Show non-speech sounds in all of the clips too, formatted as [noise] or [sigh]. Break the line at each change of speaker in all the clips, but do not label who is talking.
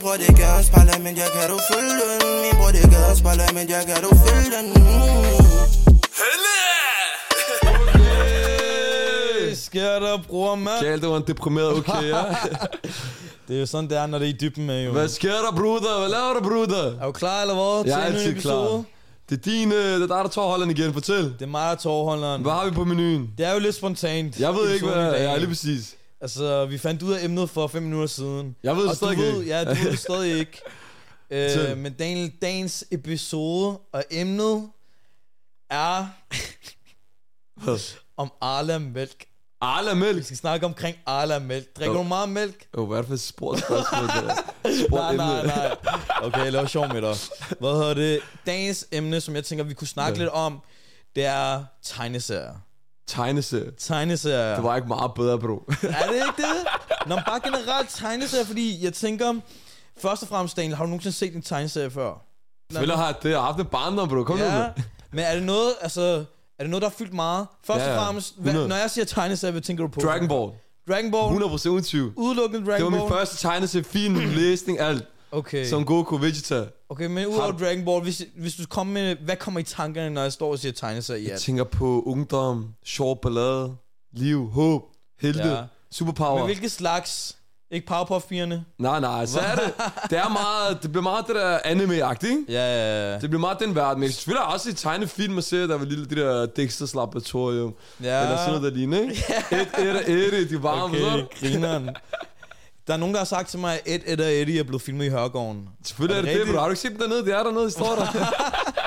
bror det gør os parler, men jeg kan du følge den Min bror det gør os parler, men jeg kan du følge den
Hvad sker der, bror, mand?
Kjæl, det var en
[laughs]
deprimeret okay, ja.
Det er jo sådan, det er, når det er i dybden med, jo.
Hvad sker der, bruder? Hvad laver du, bruder?
Er du klar, eller hvad?
Jeg er
Til en ny
altid klar.
episode?
Det er din, øh, det er dig, der tår Holland igen. Fortæl.
Det er mig, der er tårholderen.
Hvad har vi på menuen?
Det er jo lidt spontant.
Jeg ved ikke, hvad
Episoden i dag.
jeg er lige præcis.
Altså, vi fandt ud af emnet for 5 minutter siden.
Jeg ved det
Og du
stadig
ved,
ikke.
ja, du
[laughs]
ved det stadig ikke.
Fortæl.
Øh, men Daniel, dagens episode og emnet er
Hvad?
om Arla-mælk.
Arla mælk.
Vi skal snakke omkring Arla-mælk. Drikker
Jo.
du meget mælk?
Jo, hvad er det for et spurgt spørgsmål, det der? Spurgt
Nej, nej,
emne.
nej. [laughs] Okay, jeg laver sjov med dig. Hvad hedder det? Dagens emne, som jeg tænker, vi kunne snakke
Ja.
lidt om, det er tegneserier.
Tegneserie.
Tegneserier.
Det var ikke meget bedre, bro.
Er det ikke det? Nå, men bare generelt tegneserier, fordi jeg tænker... Først og fremmest, Daniel, har du nogensinde set en tegneserie før?
Selvfølgelig har jeg det. Jeg har haft en barndom, bro. Kom nu,
Ja,
med.
men er det noget, altså... Er det noget, der har fyldt meget? Først
Ja,
og
ja.
fremmest, hvad,
100.
når jeg siger tegneserier, hvad tænker du på?
Dragon Ball.
Dragon Ball?
100% uden tvivl.
Udelukkende Dragon
Det var
Ball?
min første tegneserie. Fin læsning, alt.
Okay,
Som Goku, Vegeta.
okay men udover
Har du-
Dragon Ball, hvis, hvis du kommer med... Hvad kommer i tankerne, når jeg står og siger tegneserier? i
Jeg
alt?
tænker på ungdom, sjov ballade, liv, håb, helte,
Ja.
ja.
Men
superpower. Hvilke...
hvilke slags? Ikke Powerpuff-pigerne?
Nej, nej, så er [laughs] det. Det, er meget, det bliver meget det der anime-agtigt, ikke?
Ja, ja, ja.
Det bliver meget den verden, men selvfølgelig er der også i tegnefilm og serier, der var lille det der Dexter's Laboratorium,
Ja.
ja. eller sådan noget der lignende, ikke? Et, et, et, et, de varme, okay.
Okay,
så.
[laughs] grineren. Der er nogen, der har sagt til mig, at Ed, Ed og Eddie er blevet filmet i Hørgården.
Selvfølgelig er det det,
rigtigt?
bro. Har du ikke set dem dernede? Det er dernede, de står der. [laughs]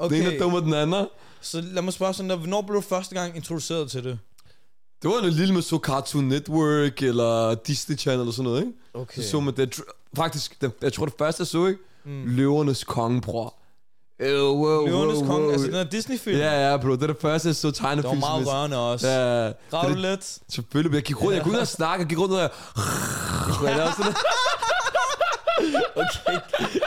Okay. Den ene er
Okay,
dum, og den anden.
så lad mig spørge sådan der, hvornår blev du første gang introduceret til det?
Det var en lille med så Cartoon Network, eller Disney Channel, eller sådan noget, ikke?
Okay.
Så så man det. Faktisk, den, jeg tror det første, jeg så, ikke? Mm. Løvernes konge, bror. Øh, wow, wow,
Løvernes
wow.
konge, altså den her Disney-film. Yeah.
Ja, ja, bro. Det er det første, jeg så
Det
tegnefilm.
var meget
som jeg-
rørende også. Yeah.
Ja, ja.
Grav
Det-
du lidt?
Selvfølgelig, men jeg gik rundt, jeg kunne ikke engang snakke, jeg gik rundt og jeg... Jeg lavede sådan
[laughs]
der.
Okay,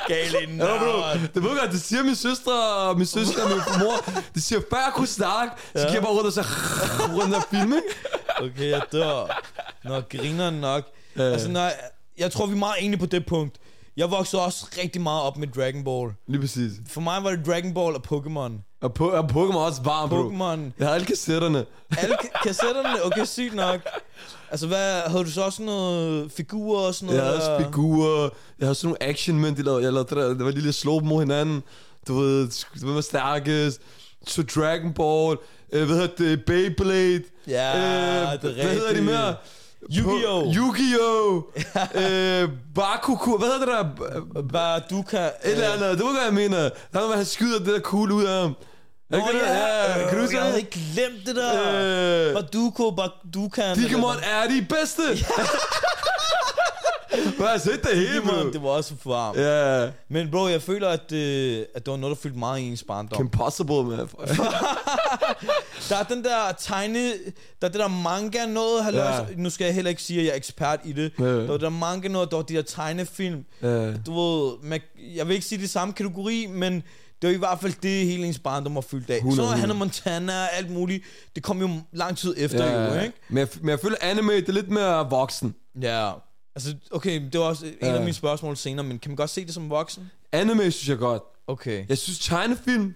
gal i
Ja, bro, det ved jeg godt, det siger min søster og min søster og min mor. De siger, før jeg kunne snakke, så gik jeg bare rundt og så rundt og filme. ikke?
Okay, jeg dør. Nå, griner nok.
Ja.
Altså, når, jeg tror, vi er meget enige på det punkt. Jeg voksede også rigtig meget op med Dragon Ball.
Lige præcis.
For mig var det Dragon Ball og Pokémon.
Og, po- og Pokémon er også varm, bro.
Pokémon.
Jeg har alle kassetterne.
Alle ka- kassetterne? Okay, sygt nok. Altså, hvad, havde du så også sådan noget figurer og sådan noget?
Jeg havde også
der?
figurer. Jeg havde sådan nogle action men de lavede, jeg lavede det der, det var lige lidt slow mod hinanden. Du ved, sk- hvem er stærkest? Så Dragon Ball. Øh, hvad hedder det? Beyblade. Øh,
Ja, det er
Hvad hedder de
rigtigt.
mere?
Yu-Gi-Oh!
På- Yu-Gi-Oh!
[laughs]
øh, Bakuku. Hvad hedder det der? Et
Baduka.
eller andet. Det var hvad jeg mener. Der var, han skyder det der kugle ud af ham. Er det
Nå,
ikke det der?
ja.
Kan du huske
jeg havde
det?
ikke glemt det der.
Øh,
Baduko, Baduka.
Digimon er de bedste! [laughs] Hvad har jeg set det hele, bro?
Digimon, det var også for varmt. Ja.
Ja. Yeah.
Men bro, jeg føler, at, øh, at det var noget, der fyldte meget i ens barndom. Kæmpe.
Impossible, man.
Der er den der tegne... Der er det der manga noget, hallo,
Ja.
Nu skal jeg heller ikke sige, at jeg er ekspert i det.
Ja.
Der var det der manga noget, der var de der tegnefilm.
uh,
du ved, man, jeg vil ikke sige det i samme kategori, men det var i hvert fald det, hele ens barndom var fyldt af.
100,
Så var Hannah
100.
Montana og alt muligt. Det kom jo lang tid efter, jo,
ja.
ikke?
men, jeg, men jeg føler, anime det er lidt mere voksen.
Ja. Altså, okay, det var også en
Ja.
af mine spørgsmål senere, men kan man godt se det som voksen?
Anime synes jeg godt.
Okay,
Jeg synes, tegnefilm,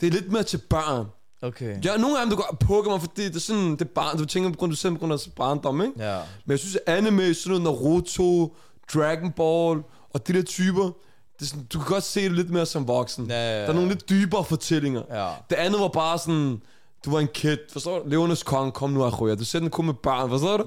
det er lidt mere til børn.
okay.
Ja, nogle af dem, du godt Pokémon, fordi det er sådan, det er barn, du tænker på grund, du ser på grund af barndom, ikke?
Ja.
Men jeg synes, at anime, sådan noget Naruto, Dragon Ball og de der typer, det er sådan, du kan godt se det lidt mere som voksen.
Ja, ja, ja.
Der er nogle lidt dybere fortællinger.
Ja.
Det andet var bare sådan, du var en kid, forstår du? Levernes kong, kom nu, Arroya. Du ser den kun med barn, forstår du?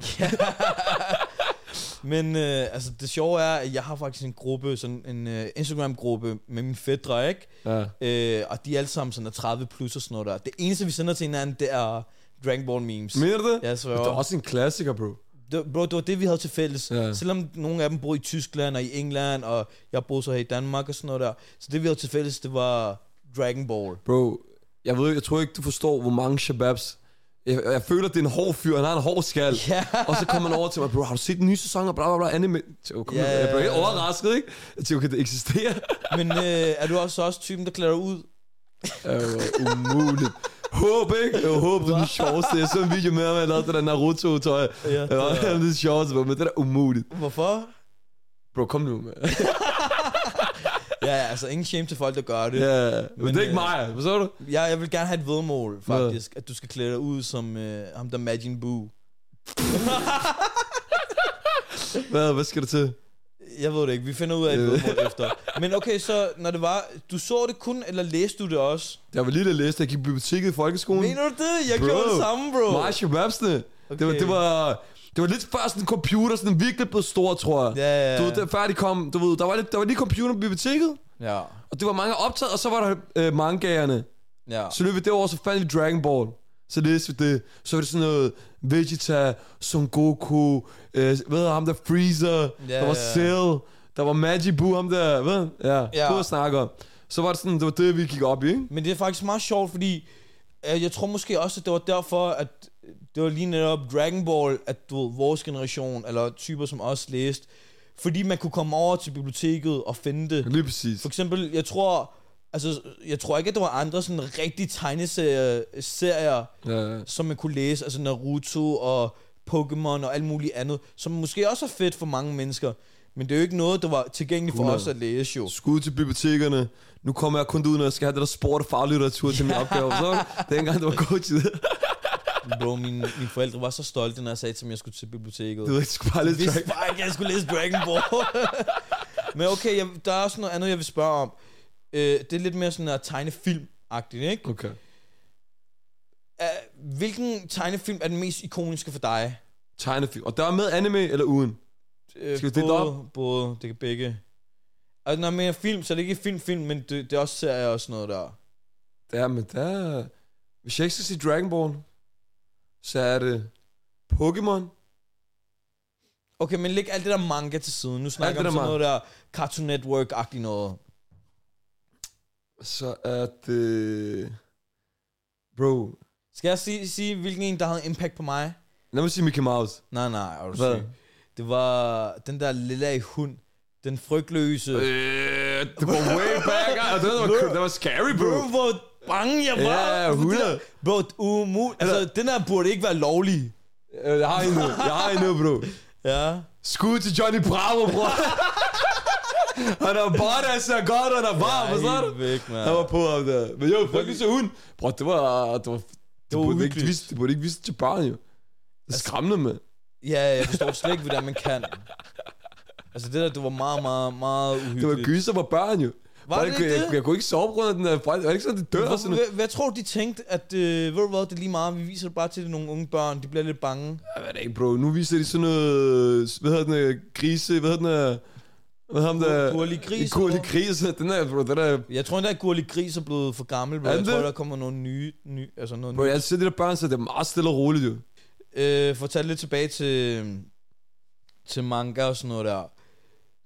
Men øh, altså, det sjove er, at jeg har faktisk en gruppe, sådan en øh, Instagram-gruppe med mine fædre, ikke?
Ja.
Øh, og de er alle sammen sådan er 30 plus og sådan noget der. Det eneste, vi sender til hinanden, det er Dragon Ball memes.
Mener du det?
Ja, så-
Men Det er også en klassiker, bro.
Det, bro, det var det, vi havde til fælles. Ja.
Ja.
Selvom nogle af dem boede i Tyskland og i England, og jeg boede så her i Danmark og sådan noget der. Så det, vi havde til fælles, det var Dragon Ball.
Bro, jeg, ved, jeg tror ikke, du forstår, hvor mange shababs... Jeg, jeg føler, det er en hård fyr, han har en hård skal.
Ja.
Og så kommer han over til mig, bro, har du set den nye sæson af bla bla bla anime? Jeg tænker, Kom,
Ja,
yeah,
ja,
jeg blev helt
ja.
overrasket, ikke? Jeg tænker, okay, det eksisterer.
Men øh, er du også, også typen, der klæder dig ud?
Det var umuligt. Håb, ikke? Jeg håb, det er den sjoveste. Jeg så en video med ham, jeg lavede det der Naruto-tøj.
Ja,
det var det sjoveste, men det er da umuligt.
Hvorfor?
Bro, kom nu, man.
Ja, ja, altså ingen shame til folk, der gør det.
ja, men, det er
øh,
ikke mig, forstår du?
Ja, jeg vil gerne have et vedmål, faktisk. At du skal klæde dig ud som øh, ham der Majin Buu.
Hvad, hvad skal der til?
Jeg ved det ikke, vi finder ud af et
Øh.
vedmål efter. Men okay, så når det var... Du så det kun, eller læste du det også?
Jeg var lige der læste, jeg gik i biblioteket i folkeskolen.
Mener du det? Jeg
Bro.
gjorde det samme, bro.
Marshall Rapsene. Okay. Det, var,
Okay.
det, var, det var lidt før sådan computer sådan virkelig blev stor, tror jeg.
Ja, ja, ja.
Du ved, der, før de kom, du ved, der var, lidt, der var lige computer på biblioteket,
Ja,
og det var mange optaget, og så var der øh, mangaerne.
ja.
Så løb vi derover, så fandt vi Dragon Ball. Så læste vi det. Så var det sådan noget Vegeta, Son Goku, øh, hvad hedder ham der, Freezer,
Ja,
der var
ja.
Cell, der var Majin Buu, ham der, hvad? Ja,
Ja.
ja. du snakker om. Så var det sådan, det var det, vi gik op i, ikke?
Men det er faktisk meget sjovt, fordi øh, jeg tror måske også, at det var derfor, at det var lige netop Dragon Ball, at du ved, vores generation, eller typer som os, læste. Fordi man kunne komme over til biblioteket og finde det.
Lige præcis.
For eksempel, jeg tror... Altså, jeg tror ikke, at der var andre sådan rigtige tegneserier,
Ja, ja.
som man kunne læse, altså Naruto og Pokémon og alt muligt andet, som måske også er fedt for mange mennesker, men det er jo ikke noget, der var tilgængeligt for
100.
os at læse jo.
Skud til bibliotekerne. Nu kommer jeg kun ud, når jeg skal have det der sport og faglitteratur til [laughs] min opgave. Så dengang det var coachet.
Bro, mine, mine forældre var så stolte, når jeg sagde til dem, at jeg skulle til biblioteket.
Du ved, jeg skulle bare lidt
Jeg vidste
track.
bare ikke, at jeg skulle læse Dragon Ball. [laughs] Men okay, jeg, der er også noget andet, jeg vil spørge om. Øh, det er lidt mere sådan at tegne film-agtigt, ikke?
Okay.
Uh, hvilken tegnefilm er den mest ikoniske for dig?
Tegnefilm. Og der er med anime eller uden?
Øh,
Skal vi dele det
både, både, det kan begge. Altså, når jeg mener film, så er det ikke film-film, men det, det er også serier og sådan noget der.
Ja, men der... Hvis jeg ikke skal sige Dragon Ball, så er det Pokémon.
Okay, men læg alt det der manga til siden. Nu snakker
det
jeg
der
om sådan noget der Cartoon Network-agtigt noget.
Så er det... Bro.
Skal jeg sige, sige hvilken en, der havde impact på mig?
Lad mig sige Mickey Mouse.
Nej, nej, er du
Hvad?
syg? Det var den der lille hund. Den frygtløse.
Øh, det [laughs] var way back. Og det var, det var scary, bro.
Bro, hvor bange jeg var.
Ja, 100.
Bro, umul. Altså, den her burde ikke være lovlig.
Øh, Jeg har en nu. Jeg har en nu, bro.
Ja.
Skud til Johnny Bravo, bror. han er bare der ser godt, han er varm,
Ej,
forstår du?
væk, mand.
Han var på ham der. Men jo, fuck lige så hun. Bror, det var... Det var, det
var
var burde ikke
uhyggeligt. Altså,
vise, det burde ikke vise til børn, jo. Det er skræmmende, mand.
Ja, jeg forstår slet ikke, hvordan man kan. Altså, det der, det var meget, meget, meget uhyggeligt.
Det var gyser for børn, jo. Var
det
jeg, kunne-
ikke
jeg,
det?
jeg, jeg, kunne ikke sove på grund af den der fejl. Det var ikke sådan, det dør og sådan
Hvorfor,
noget.
hvad, hvad tror du, de tænkte, at øh, ved du hvad, det er lige meget, vi viser det bare til nogle unge børn, de bliver lidt bange.
Jeg ved det ikke, bro. Nu viser de sådan noget... Hvad hedder den øh, grise? Hvad hedder den øh, Hvad hedder den der...
Gurlig Gris,
Gurlig
bro.
gris. Den der, bro. Den der...
Jeg tror endda, at Gurli Gris er blevet for gammel, bro.
Er
Jeg
den
tror,
det?
der kommer nogle nye, nye altså noget
Bro, jeg ser de der børn, så det er meget stille og roligt, jo.
øh, for at tage lidt tilbage til, til manga og sådan noget der.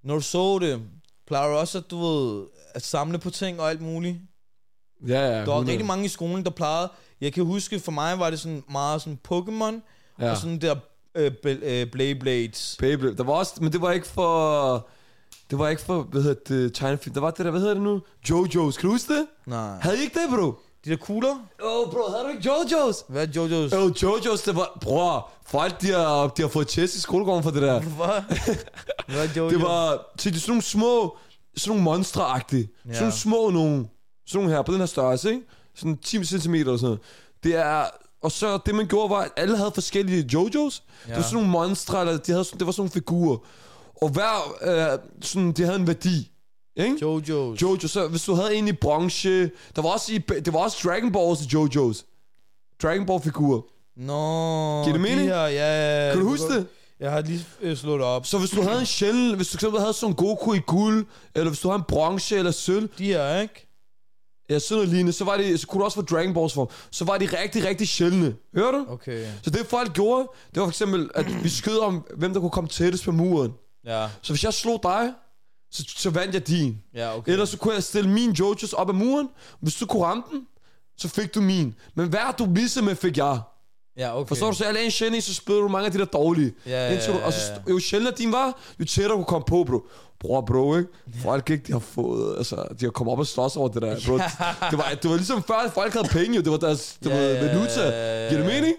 Når du så det, plejer du også, at du ved, at samle på ting og alt muligt.
Ja, ja.
Der var
100.
rigtig mange i skolen, der plejede. Jeg kan huske, for mig var det sådan meget sådan Pokémon, ja.
Ja.
og sådan der øh, bl- øh, Beyblades.
Beyblade. Der var også, men det var ikke for... Det var ikke for, hvad hedder det, tegnefilm. Der var det der, hvad hedder det nu? Jojo's. Kan du huske det?
Nej.
Havde I ikke det, bro?
De der kugler?
Åh, oh, bro, havde du ikke Jojo's?
Hvad er Jojos?
Åh, oh, Jojo's, det var... Bror, folk, de har, de har fået test i skolegården for det der. [laughs]
Hvad? Hvad er Jojo?
Det var til de sådan nogle små, sådan nogle monstre-agtige.
Ja.
Ja. Sådan nogle små nogle. Sådan nogle her, på den her størrelse, ikke? Sådan 10 cm eller sådan noget. Det er... Og så det man gjorde var, at alle havde forskellige Jojos. Ja.
Ja.
Det var sådan nogle monstre, eller de havde sådan, det var sådan nogle figurer. Og hver, øh, sådan, de havde en værdi. Ikke? Jo.
Jojos.
Jojo, så hvis du havde en i bronze, der var også, i, det var også Dragon Balls i Jojos. Dragon Ball figurer.
Nå.
Giver det
de
mening?
Her, ja, ja, ja.
Kan du huske det?
Jeg har lige øh, slået det op.
Så hvis du havde en sjældent, hvis du for eksempel havde sådan en Goku i guld, eller hvis du havde en bronze eller sølv,
De her, ikke?
Ja, sådan noget lignende. Så, var det, så kunne du også få Dragon Balls form. Så var de rigtig, rigtig sjældne. Hører du? Okay.
Okay.
Så det folk gjorde, det var for eksempel, at vi skød om, hvem der kunne komme tættest på muren.
Ja,
Så hvis jeg slog dig, så, så vandt jeg din.
ja, okay.
Okay. Ellers så kunne jeg stille min Jojos op ad muren. Hvis du kunne ramme den, så fik du min. Men hver du missede med, fik jeg.
ja, okay.
Forstår du? Så jeg lagde en sjældent, så spillede du mange af de der dårlige.
Ja, ja,
Indtil du,
ja,
og så,
ja.
st- jo sjældnere din var, jo tættere du kunne komme på, bro. Bro, bro, ikke? Folk ikke, de har fået, altså, de har kommet op og slås over det
[laughs]
der, bro. Det var, det var ligesom før, at folk havde penge, jo. Det var deres, det
Ja,
var
ja, ja,
valuta.
ja, ja,
Giver det
ja.
mening?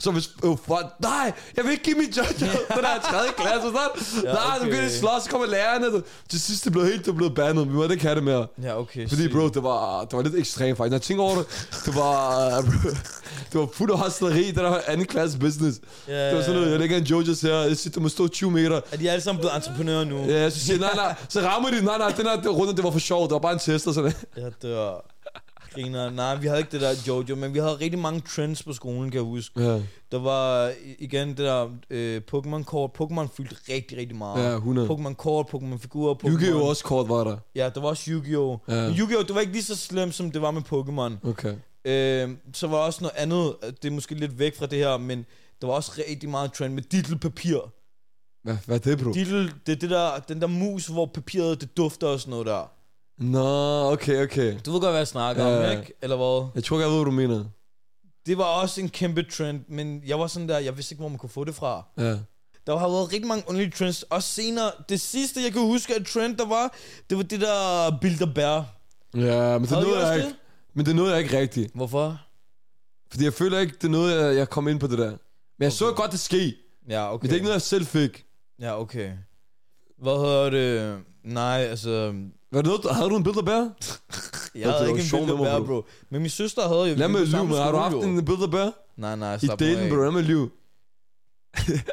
Så hvis, øh, for, nej, jeg vil ikke give min jojo, den er i 3. klasse,
[laughs]
sådan. Ja, nej, okay. du
okay.
begynder at slås, så kommer lærerne. Du. Til sidst, det blev helt, det blev bandet, vi måtte ikke have det mere.
Ja, okay.
Fordi
sygt.
bro, det var, det var lidt ekstremt faktisk. Når jeg tænker over det, det var, [laughs] det var fuld hostleri, det der anden klasse business.
Ja,
Det var sådan noget,
ja.
jeg lægger en Jojo's her, jeg siger, du må stå 20 meter.
Er de alle sammen blevet entreprenører nu?
Ja, så siger jeg, nej, nej, så rammer de, nej, nej, den her runde, det var for sjov, det var bare en test og sådan
Jeg dør. Griner. Nej, vi havde ikke det der Jojo, men vi havde rigtig mange trends på skolen, kan jeg huske.
Ja,
Der var i- igen det der øh, Pokémon-kort. Pokémon fyldte rigtig, rigtig meget.
ja, 100.
Pokémon-kort, Pokémon-figurer, Pokémon...
Yu-Gi-Oh! også kort var der.
Ja, der var også Yu-Gi-Oh!
Ja.
Men Yu-Gi-Oh! det var ikke lige så slemt, som det var med Pokémon.
Okay.
Øh, så var også noget andet, øh, det er måske lidt væk fra det her, men der var også rigtig meget trend med diddelpapir.
Hvad, hvad er det, bro?
Diddel, det er det der, den der mus, hvor papiret det dufter og sådan noget der.
Nå, okay, okay.
Du ved godt, hvad jeg snakker
Ja.
om, ikke? Eller hvad?
Jeg tror ikke, jeg ved, hvad du mener.
Det var også en kæmpe trend, men jeg var sådan der, jeg vidste ikke, hvor man kunne få det fra.
Ja.
Der har været rigtig mange underlige trends, og senere, det sidste, jeg kan huske af trend, der var, det var det der Bilderberg.
Ja, men det
Havde I
nåede
også
jeg ikke.
det?
Men det nåede jeg ikke rigtigt.
Hvorfor?
Fordi jeg føler ikke, det er noget, jeg, jeg kom ind på det der. Men jeg okay. så godt det ske. Men
Ja, okay.
det er ikke noget, jeg selv fik.
Ja, okay. Hvad hedder det? Nej, altså...
Hvad noget, havde du en Bilderberg?
Jeg
var
havde ikke en
sjovt,
Bilderberg,
det var
bro. Men min søster havde jo... vi
Lad
gik
mig
på
lyve,
samme
men har du
skole,
haft
jo.
en Bilderberg?
Nej, nej,
I
slap nu
daten,
af.
bro, lad mig lyve.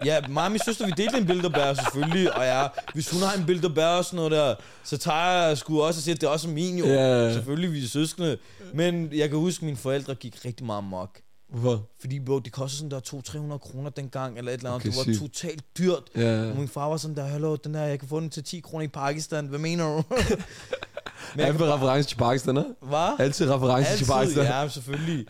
Ja, mig og min søster, vi delte en Bilderberg selvfølgelig, og ja, hvis hun har en Bilderberg og sådan noget der, så tager jeg sgu også og siger, at det er også min jo.
Ja.
Selvfølgelig, vi er søskende. Men jeg kan huske, at mine forældre gik rigtig meget mok.
Hvorfor?
Fordi, bro, det kostede sådan der 200-300 kroner dengang, eller et eller andet.
Okay,
Okay, det var
sygt.
totalt dyrt.
Ja.
Og min far var sådan der, hallo, den der, jeg kan få den til 10 kroner i Pakistan. Hvad mener du? [laughs] Men jeg
Altid reference til Pakistan, ikke?
Hvad?
Altid reference til
Altid,
Pakistan.
ja, selvfølgelig.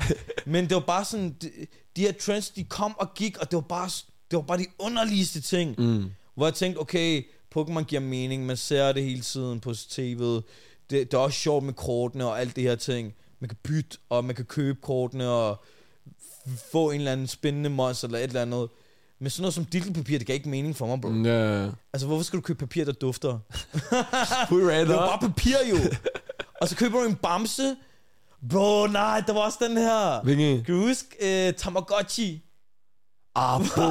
Men det var bare sådan, de, de her trends, de kom og gik, og det var bare, det var bare de underligste ting. Mm. Hvor jeg tænkte, okay, Pokémon giver mening, man ser det hele tiden på tv'et. Det, det er også sjovt med kortene og alt det her ting. Man kan bytte, og man kan købe kortene, og f- få en eller anden spændende monster eller et eller andet. Men sådan noget som dildelpapir, det gav ikke mening for mig, bro. Mm.
Ja.
Altså, hvorfor skal du købe papir, der dufter?
Fuld random.
Det var bare papir
[laughs]
jo. og så køber du en bamse. Bro, nej, der var også den her.
Hvilken?
Kan du huske uh, Tamagotchi?
Ah, bo.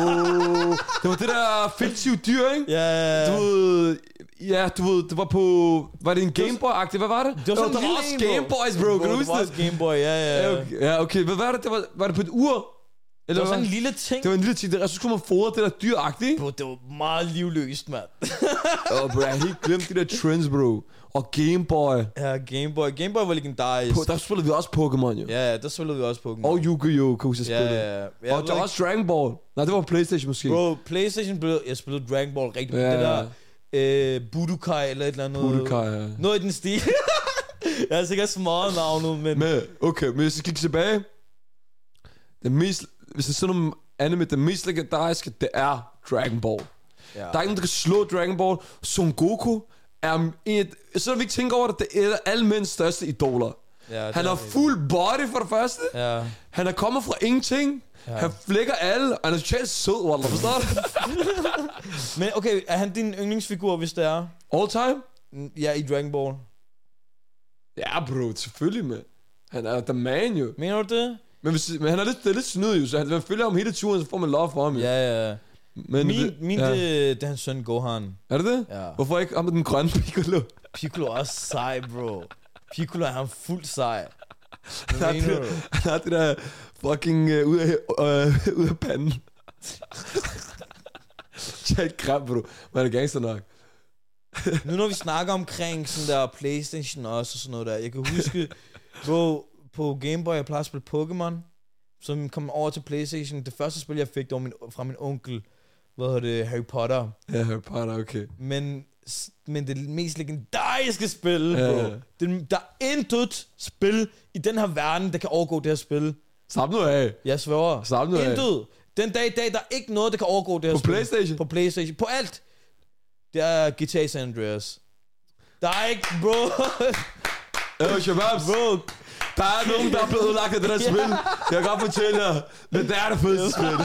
Det var det der fiktive dyr, ikke?
Ja,
Du ved, ja, du ved, det var på, var det en Gameboy-agtig, hvad var det?
det var sådan
der
en
var
lille
også
en, bro.
Gameboys, bro, kan du
det
huske
var
det?
også Gameboy, ja, ja.
Ja,
ja
okay. Ja, okay, hvad var det? det var, var det på et ur? Eller
Det var
hvad?
sådan en lille ting.
det var en lille ting, der, og så skulle man fodre det der dyragtigt, ikke?
Bro, det var meget
[laughs]
livløst, mand.
Åh, bro, jeg har helt glemt de der trends, bro. Og Gameboy.
ja, Gameboy. Gameboy var legendarisk.
Der spillede vi også Pokémon, jo.
Ja, ja, der spillede vi også Pokémon.
Og Yu-Gi-Oh! kunne vi så
ja,
spille.
ja, ja. Jeg
Og
ved
der var
ikke-
også Dragon Ball. Nej, det var på Playstation måske.
Bro, Playstation blev... Jeg spillede Dragon Ball rigtig
Ja,
meget. Det
ja,
der... Øh, Budokai eller et eller andet.
Budokai, ja.
Noget i den stil. [laughs] jeg har sikkert smadret navnet, men...
Men, okay, men hvis jeg kigger tilbage. Den mest, hvis jeg sådan om anime, den mest legendariske, det er Dragon Ball.
ja.
Der er ikke nogen, der kan slå Dragon Ball. Son Goku er et... Selvom vi ikke tænker over det, det er et af alle mænds største idoler.
Ja, det
han
er
har
rigtigt.
fuld body for det første.
Ja.
Han er kommet fra ingenting. Ja. Han flækker alle, og han er totalt sød, Wallah, forstår du?
Men okay, er han din yndlingsfigur, hvis det er?
All time?
Mm, Ja, i Dragon Ball.
Ja, bro, selvfølgelig, man. Han er the man, jo.
Mener du det?
Men, hvis, men han er lidt, det er lidt snyd, jo, så han, man følger ham hele turen, så får man love for ham, jo.
Ja, ja.
men,
Min, min
ja.
ja. Det, det er hans søn Gohan.
Er det det?
Ja.
Hvorfor ikke ham med den grønne Piccolo? [laughs]
Piccolo er også sej, bro. Piccolo er han fuld
[laughs]
sej. Hvad
Han har
mener du?
det, han har det der fucking øh, ud, af, øh, ud af panden. [laughs] Chat kram, bro. Man er gangster nok.
Nu når vi snakker omkring sådan der Playstation også og sådan noget der. Jeg kan
[laughs]
huske, bro, på Game Boy, jeg plejede at spille Pokémon. Som kom over til Playstation. Det første spil, jeg fik, det var min, fra min onkel. Hvad hedder det? Harry Potter.
Ja, Harry Potter, okay.
Men, s- men det mest legendariske spil,
Ja,
bro.
ja.
Den, der er intet spil i den her verden, der kan overgå det her spil.
Slap nu af.
Jeg sværger.
Slap nu af.
Intet. Den dag i dag, der er ikke noget, der kan overgå det her
På
spil.
PlayStation?
På Playstation. På alt. Det er GTA San Andreas. Der er ikke, bro. [laughs]
Øh, Shababs.
bro.
Der er nogen, der er blevet ødelagt af det der spil. Jeg kan godt fortælle jer. Men det er det fedeste spil.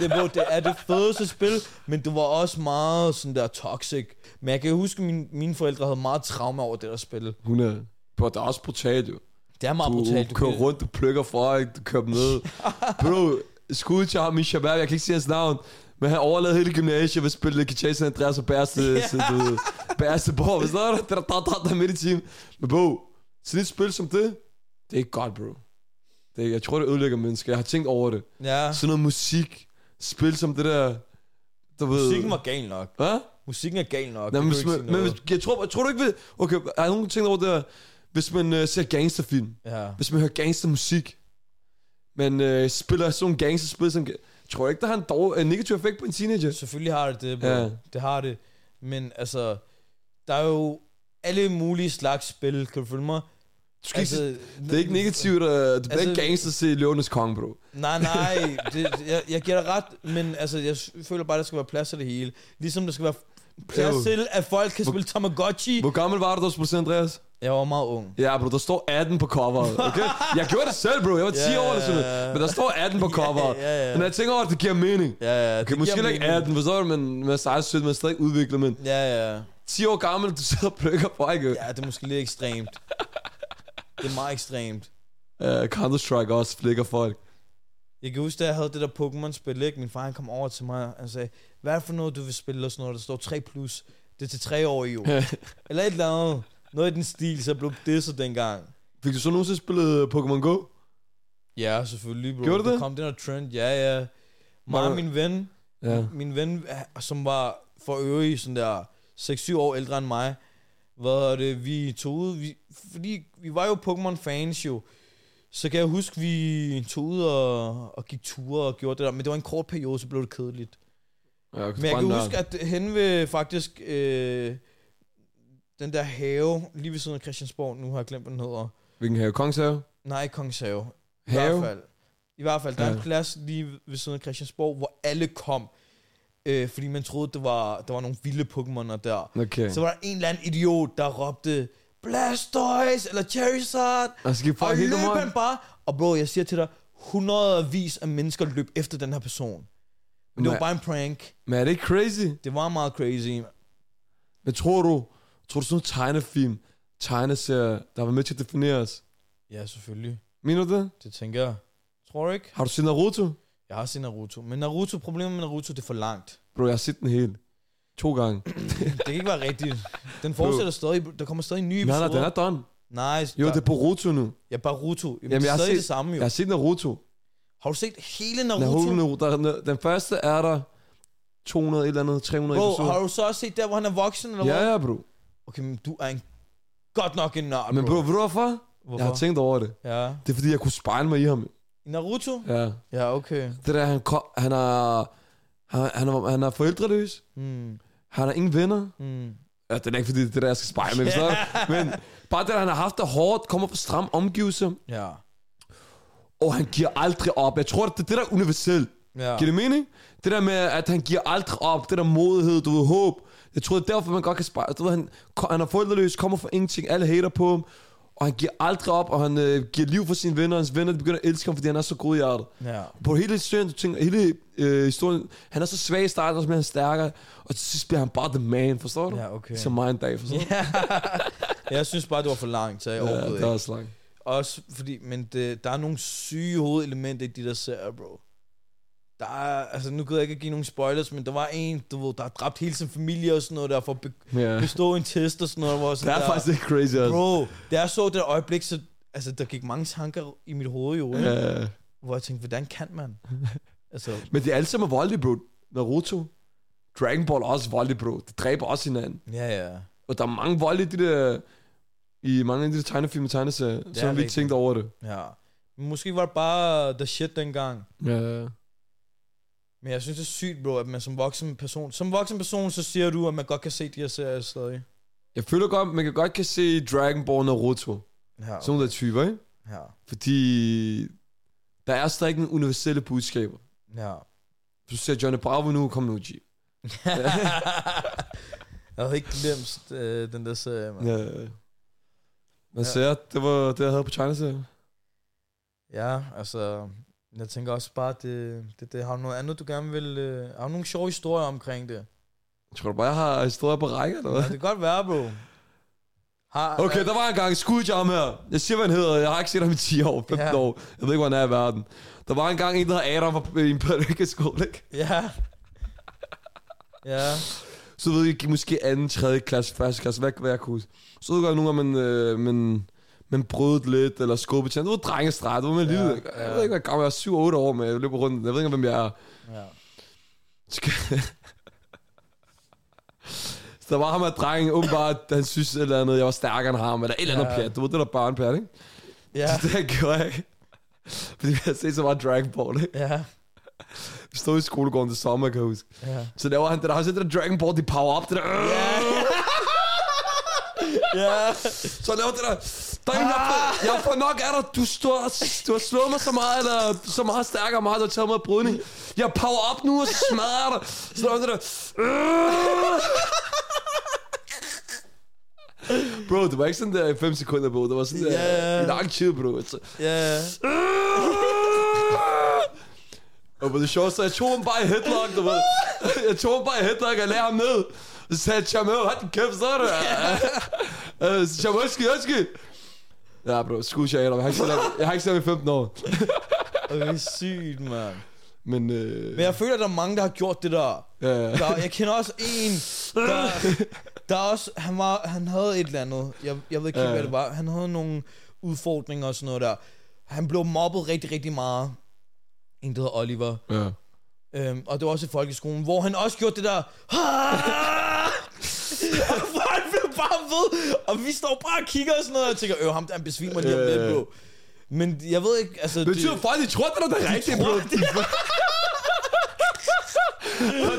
Det, bro, det er det fedeste spil, men det var også meget sådan der toxic. Men jeg kan huske, at mine, mine forældre havde meget trauma over det der spil.
100. Bro, det er også brutalt, jo.
Det er meget
Du
brutalt.
kører rundt, du plukker folk, du kører dem ned. Bro, skud til ham i Shabab, jeg kan ikke sige hans navn, men han overlevede hele gymnasiet ved at spille Kichay San Andreas og Bærste, så du ved, Bærste Borg, hvis der er der, der, der midt i team. Men bro, sådan et spil som det, det er ikke godt, bro. Det, er- jeg tror, det ødelægger mennesker. Jeg har tænkt over det.
Ja.
Sådan noget musik, spil som det der, du ved...
Musikken var gal nok.
Hvad?
Musikken er gal nok.
Nej,
det
men,
kan
hvis
du ikke
man,
sige
men
noget.
hvis, jeg tror, jeg tror du ikke ved... Okay, er der nogen ting over der? Hvis man øh, ser gangsterfilm,
Ja.
hvis man hører gangstermusik, man øh, spiller sådan nogle gangsterspil, som... Tror jeg ikke, der har en dårlig, en negativ effekt på en teenager?
Selvfølgelig har det det, bro.
Ja.
Ja. Det har det. Men altså, der er jo alle mulige slags spil, kan du følge mig?
Du skal altså, ikke, det er ikke negativt, at du bliver
Altså-
ikke gangster til Løvenes Kong, bro.
Nej, nej, det, jeg, jeg giver dig ret, men altså, jeg s- føler bare, der skal være plads til det hele. Ligesom der skal være plads
Jo.
til, at folk kan spille Tamagotchi.
Hvor gammel var du, da du spillede San Andreas?
Jeg var meget ung.
Ja, bro, der står 18 på coveret, okay? Jeg gjorde det selv, bro. Jeg var 10
Ja,
år, eller sådan
ja,
noget.
ja.
Men der står 18 på
[laughs] Ja,
coveret.
ja, ja.
Men jeg tænker over, at det giver mening.
Ja, ja,
Okay, måske heller ikke 18, forstår du, men man er 16, man er stadig udviklet, men
Ja, ja.
10 år gammel, du sidder og plukker på, ikke?
Ja, det er måske lidt ekstremt. Det er meget ekstremt.
Uh, Counter-Strike også flikker folk.
Jeg kan huske, da jeg havde det der Pokémon-spil, ikke? Min far han kom over til mig og sagde, hvad er det for noget, du vil spille? Og sådan noget, der står 3+, plus. det er til 3 år
[laughs]
i år. eller et eller andet. Noget i den stil, så jeg blev disset dengang.
Fik du så nogensinde spillet øh, Pokémon Go?
Ja, selvfølgelig, bro.
Gjorde du
Der
det?
kom den her trend, ja, ja. Mig
Var-
og min ven,
Ja.
min ven, ah, som var for øvrigt sådan der 6-7 år ældre end mig, hvad hedder det, vi tog ud, vi, fordi vi var jo Pokémon-fans jo, så kan jeg huske, vi tog ud og, og gik ture og gjorde det der, men det var en kort periode, så blev det kedeligt.
ja okay,
Men jeg kan huske, at hen ved faktisk øh, den der have, lige ved siden af Christiansborg, nu har jeg glemt, hvad den hedder.
Hvilken have? Kongshave?
Nej, Kongens Have. I
Have?
hvert fald. I hvert fald, der er
Ja.
en plads lige ved siden af Christiansborg, hvor alle kom. Øh, fordi man troede, det var, der var nogle vilde Pokémoner der.
Okay.
Så var der en eller anden idiot, der råbte, Blastoise eller Charizard.
Og så gik folk
og
helt
løb
amok?
han bare. Og bro, jeg siger til dig, hundredvis af mennesker løb efter den her person. Men
Nej.
det var bare en prank.
Men er det ikke crazy?
Det var meget crazy.
Men tror du, tror du sådan nogle tegnefilm, tegneserier, der var med til at definere os?
Ja, selvfølgelig.
Mener du det?
Det tænker jeg. Tror du ikke?
Har du set Naruto?
Jeg har set Naruto. Men Naruto, problemet med Naruto, det er for langt.
Bro, jeg har set den hele. To gange.
Det kan ikke være rigtigt. Den fortsætter stadig. Der kommer stadig nye
nej,
episoder.
nej, den er done.
nej, nice.
Jo,
der,
det er Boruto nu.
Ja, Baruto. Jamen,
Jamen,
det
jeg
er
har
stadig
set-
det samme jo.
Jeg har set Naruto.
Har du set hele Naruto?
Naruto, Naruto der, den første er der 200 et eller andet, 300
Bro,
episoder.
har du så også set der, hvor han er voksen? Eller
Ja,
hvad?
ja, bro.
Okay, men du er en godt nok en nørd,
Men bro, ved du hvorfor? Jeg
Hvorfor?
har tænkt over det.
Ja.
Det er fordi, jeg kunne spejle mig i ham.
I Naruto?
Ja.
Ja, okay.
Det der, han, kom, han er... Han, han, er, han er forældreløs.
Mm,
Han har ingen venner.
mm.
Ja, det er ikke fordi, det er det, jeg skal spejle mig.
[laughs]
Yeah. Men bare det, at han har haft det hårdt, kommer fra stram omgivelser,
Ja.
og han giver aldrig op. Jeg tror, det er det, der er universelt.
Ja.
Giver det mening? Det der med, at han giver aldrig op, det der modighed, du ved, håb. Jeg tror, det er derfor, man godt kan spejle. Du ved, han, han er forældreløs, kommer fra ingenting, alle hater på ham. Og han giver aldrig op, og han øh, giver liv for sine venner, og hans venner de begynder at elske ham, fordi han er så god i hjertet.
Ja.
På hele historien, du tænker, hele øh, historien, han er så svag i starten, og så bliver han stærkere, og til sidst bliver han bare the man, forstår du?
Ja, okay.
Som mig en dag, forstår du?
Jeg synes bare, det var for langt, så
Ja,
jeg overhovedet
det er
ikke.
også langt.
Også fordi, men det, der er nogle syge hovedelementer i de der serier, bro. Der er, altså nu kan jeg ikke give nogen spoilers, men der var en, du ved, der har dræbt hele sin familie og sådan noget der, for
[laughs]
at be-
Ja.
bestå en test og sådan noget. Hvor jeg
Det
sådan
er
der,
faktisk ikke crazy, altså.
Bro, da jeg så det der øjeblik, så, altså der gik mange tanker i mit hoved jo, ikke?
Øh,
hvor jeg tænkte, hvordan kan
[laughs]
man? Altså,
men det er alle sammen voldelige, bro. Naruto, Dragon Ball er også voldelig, bro. Det dræber også hinanden.
ja ja.
Og der er mange volde i de der... I mange af de der tegnefilm og tegneserier, så har vi ikke
rigtigt.
tænkt over det.
ja. Men måske var det bare the shit dengang.
Ja, ja.
Men jeg synes, det er sygt, bro, at man som voksen person... Som voksen person, så siger du, at man godt kan se de her serier stadig.
Jeg føler godt, man kan godt kan se Dragon Ball Naruto. Okay.
Ja,
Sådan nogle der typer, ikke?
ja,
Fordi der er stadig nogle universelle budskaber.
ja.
Du ser Johnny Bravo nu, kom
[laughs]
nu, G.
jeg havde ikke glemt øh, den der serie, man. Ja.
Ja. Men
Ja.
ja. jeg, det var det, jeg havde på tegneserier.
ja, altså... Jeg tænker også bare, det, det, det har du noget andet, du gerne vil... Øh, har du nogle sjove historier omkring det?
Tror du bare, jeg har historier på række, eller
Ja,
hvad?
det kan godt være, bro. Har,
Okay, der var engang Scoojam her. Jeg siger, hvad han hedder. Jeg har ikke set ham i 10 år, 15
Ja.
år. Jeg ved ikke, hvor han er i verden. Der var engang en, der hedder Adam fra i en pædagogiskole, ikke?
Ja. Ja.
Så ved jeg, gik måske anden, tredje klasse, første klasse, hvad, hvad jeg kunne huske. Så ved jeg godt, nogle gange, man, øh, man, man brød lidt, eller skubbede til. hinanden. Det var drengestræt, det var man
Ja,
ja, lille. Jeg
ja.
ved ikke, hvad gammel jeg er, 7 8 år, men jeg løber rundt. Jeg ved ikke, hvem jeg er. [laughs]
ja.
Så kan- Så der var ham her drengen, åbenbart, han synes et eller andet, jeg var stærkere end ham, eller et eller andet
Ja.
pjat. Du ved, det der barnpjat, ikke?
Ja.
Så det gjorde jeg. Fordi jeg havde set så meget Dragon Ball, ikke?
Ja.
Vi stod i skolegården til sommer, kan jeg huske.
Ja.
Så der var han, der har set det der Dragon Ball, de power up, det der...
Ja.
Så laver det der... Der er en, jeg,
Ah!
får, jeg får nok af dig. Du, står, du har slået mig så meget, eller du er så meget stærkere end mig, du har taget mig i brydning. Jeg power up nu, og så smadrer jeg dig. Så laver det der...
Øh!
Bro, det var ikke sådan der i 5 sekunder, bro. Det var sådan der
Ja.
i lang tid, bro. Så-
Ja.
Og på det sjoveste, så jeg tog ham bare i headlock, du ved. Jeg tog ham bare i headlock og lagde ham ned. Så sagde jeg, Chamel, hold din kæft, så er det.
[laughs]
Øh, så Chamel, undskyld, undskyld. Ja, bro, skud jeg Adam. Jeg har ikke set ham- Jeg har ikke set ham i 15 år.
Og det er sygt, mand.
Men, øh,
Men jeg føler, at der er mange, der har gjort det der.
ja, ja.
der jeg kender også en, der, der også, han, var, han havde et eller andet, jeg, jeg ved ikke, helt,
Ja.
hvad det var, han havde nogle udfordringer og sådan noget der. Han blev mobbet rigtig, rigtig meget. En, der hedder Oliver.
ja.
Øhm, og det var også i folkeskolen, hvor han også gjorde det der... Hvor han blev bare ved, og vi står bare og kigger og sådan noget, og jeg tænker, øh, ham der han besvimer lige om lidt,
Øh.
bro. Men jeg ved ikke, altså...
Det betyder faktisk, de tror, det er det rigtige, bro.
det,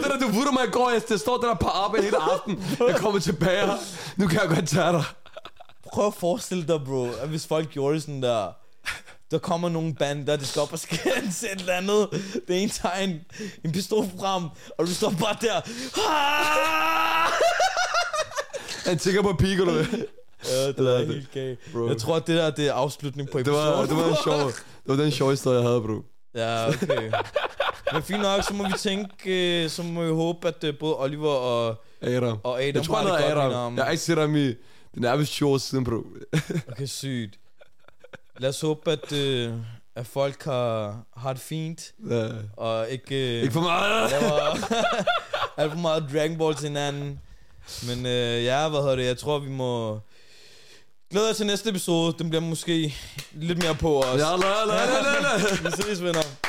Det der, du vurder mig i går, jeg jeg står der på arbejde hele aften. Jeg kommer tilbage, nu kan jeg godt tage dig.
Prøv at forestille dig, bro, at hvis folk gjorde det sådan der... Der kommer nogle bander, de skal [laughs] op og skændes et eller andet. Det ene tager en, en pistol frem, og du står bare
[laughs]
der.
Han tænker på Piccolo.
ja, det var
det.
helt galt.
Bro.
Jeg tror, at det der det er afslutning på
Det
episoden.
var, det var en sjov, det var den sjove historie, jeg havde, bro.
[laughs] Ja, okay. Men fint nok, så må vi tænke, øh, så må vi håbe, at øh, både Oliver og...
Adam.
Og Adam
jeg tror,
har
han
det
hedder
godt med
Adam.
navnet.
Jeg har ikke set ham i... Det er nærmest 20 år siden, bro.
Okay, sygt. Lad os håbe, at, øh, at folk har, har det fint,
Ja.
og ikke... Øh,
Ikke for meget.
laver [laughs] alt for meget Dragon Ball til hinanden. Men øh, ja, hvad hedder det? Jeg tror, vi må... Glæder jer til næste episode. Den bliver måske lidt mere på os.
Ja, la, la, la, la, la.
[laughs] vi ses, venner.